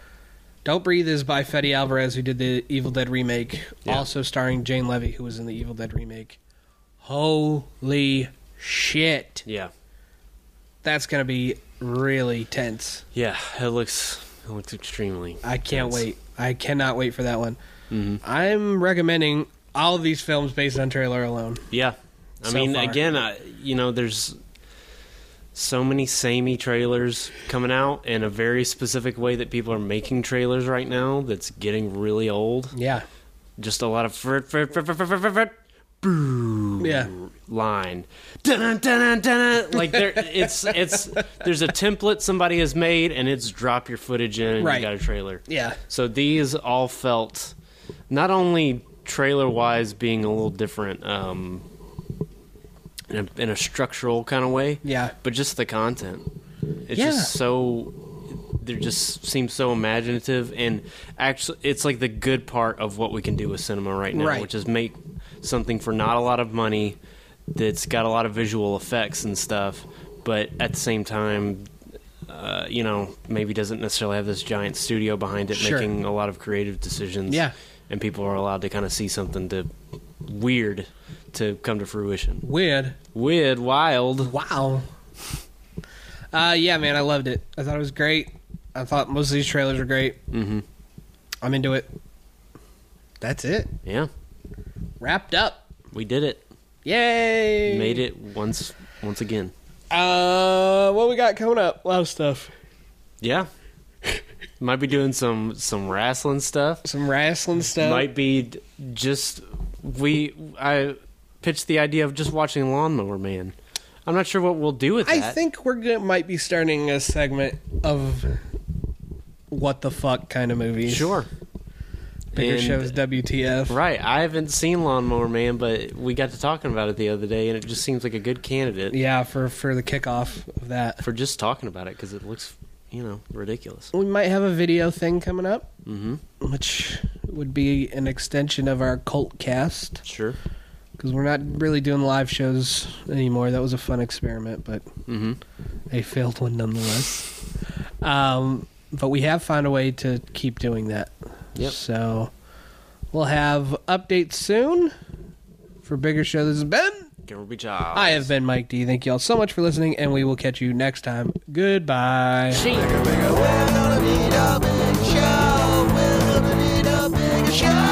S1: Don't Breathe is by Fede Alvarez, who did the Evil Dead remake,
S2: Yeah.
S1: also starring Jane Levy, who was in the Evil Dead remake. Holy shit!
S2: Yeah.
S1: That's gonna be really tense.
S2: Yeah. It looks it looks extremely.
S1: I can't
S2: tense. Mm-hmm.
S1: wait. I cannot wait for that one. I'm recommending all of these films based on trailer alone.
S2: Yeah. I
S1: So
S2: mean,
S1: far.
S2: again, I, you know, there's so many samey trailers coming out in a very specific way that people are making trailers right now that's getting really old.
S1: Yeah.
S2: Just a lot of frit, frit, frit, frit, frit, frit, frit, frit, boo
S1: Yeah.
S2: line. Dun, dun, dun, dun. Like there it's it's there's a template somebody has made and it's drop your footage in and
S1: Right.
S2: you got a trailer.
S1: Yeah.
S2: So these all felt not only trailer wise being a little different um, in, a, in a structural kind of way,
S1: Yeah.
S2: but just the content. It's
S1: Yeah.
S2: just so they just seem so imaginative and actually it's like the good part of what we can do with cinema right now,
S1: Right.
S2: which is make something for not a lot of money that's got a lot of visual effects and stuff, but at the same time uh, you know, maybe doesn't necessarily have this giant studio behind it
S1: Sure.
S2: making a lot of creative decisions.
S1: Yeah.
S2: And people are allowed to kind of see something to weird to come to fruition.
S1: Weird.
S2: Weird, wild.
S1: Wow. Uh, yeah, man, I loved it. I thought it was great. I thought most of these trailers were great. Mm-hmm. I'm into it. That's it.
S2: Yeah.
S1: Wrapped up.
S2: We did it.
S1: Yay!
S2: Made it once once again.
S1: Uh, what we got coming up? A lot of stuff.
S2: Yeah. Might be doing some some wrestling stuff.
S1: Some wrestling stuff.
S2: Might be d- just we. I pitched the idea of just watching Lawnmower Man. I'm not sure what we'll do with
S1: I
S2: that.
S1: think we're gonna might be starting a segment of what the fuck kind of movies.
S2: sure.
S1: Bigger
S2: And-
S1: shows WTF.
S2: Right, I haven't seen Lawnmower Man, but we got to talking about it the other day, and it just seems like a good candidate
S1: Yeah, for for the kickoff of that.
S2: for just talking about it because it looks, you know, ridiculous.
S1: We might have a video thing coming up, mm-hmm. which would be an extension of our cult cast
S2: Sure.
S1: because we're not really doing live shows anymore. That was a fun experiment, but
S2: Mm-hmm.
S1: a failed one nonetheless. um, but we have found a way to keep doing that.
S2: Yep.
S1: So we'll have updates soon for bigger show. This has been.
S2: Can we be I
S1: I have been Mike D. Thank you all so much for listening, and we will catch you next time. Goodbye.
S9: We're gonna need a big show. We're gonna need a big show.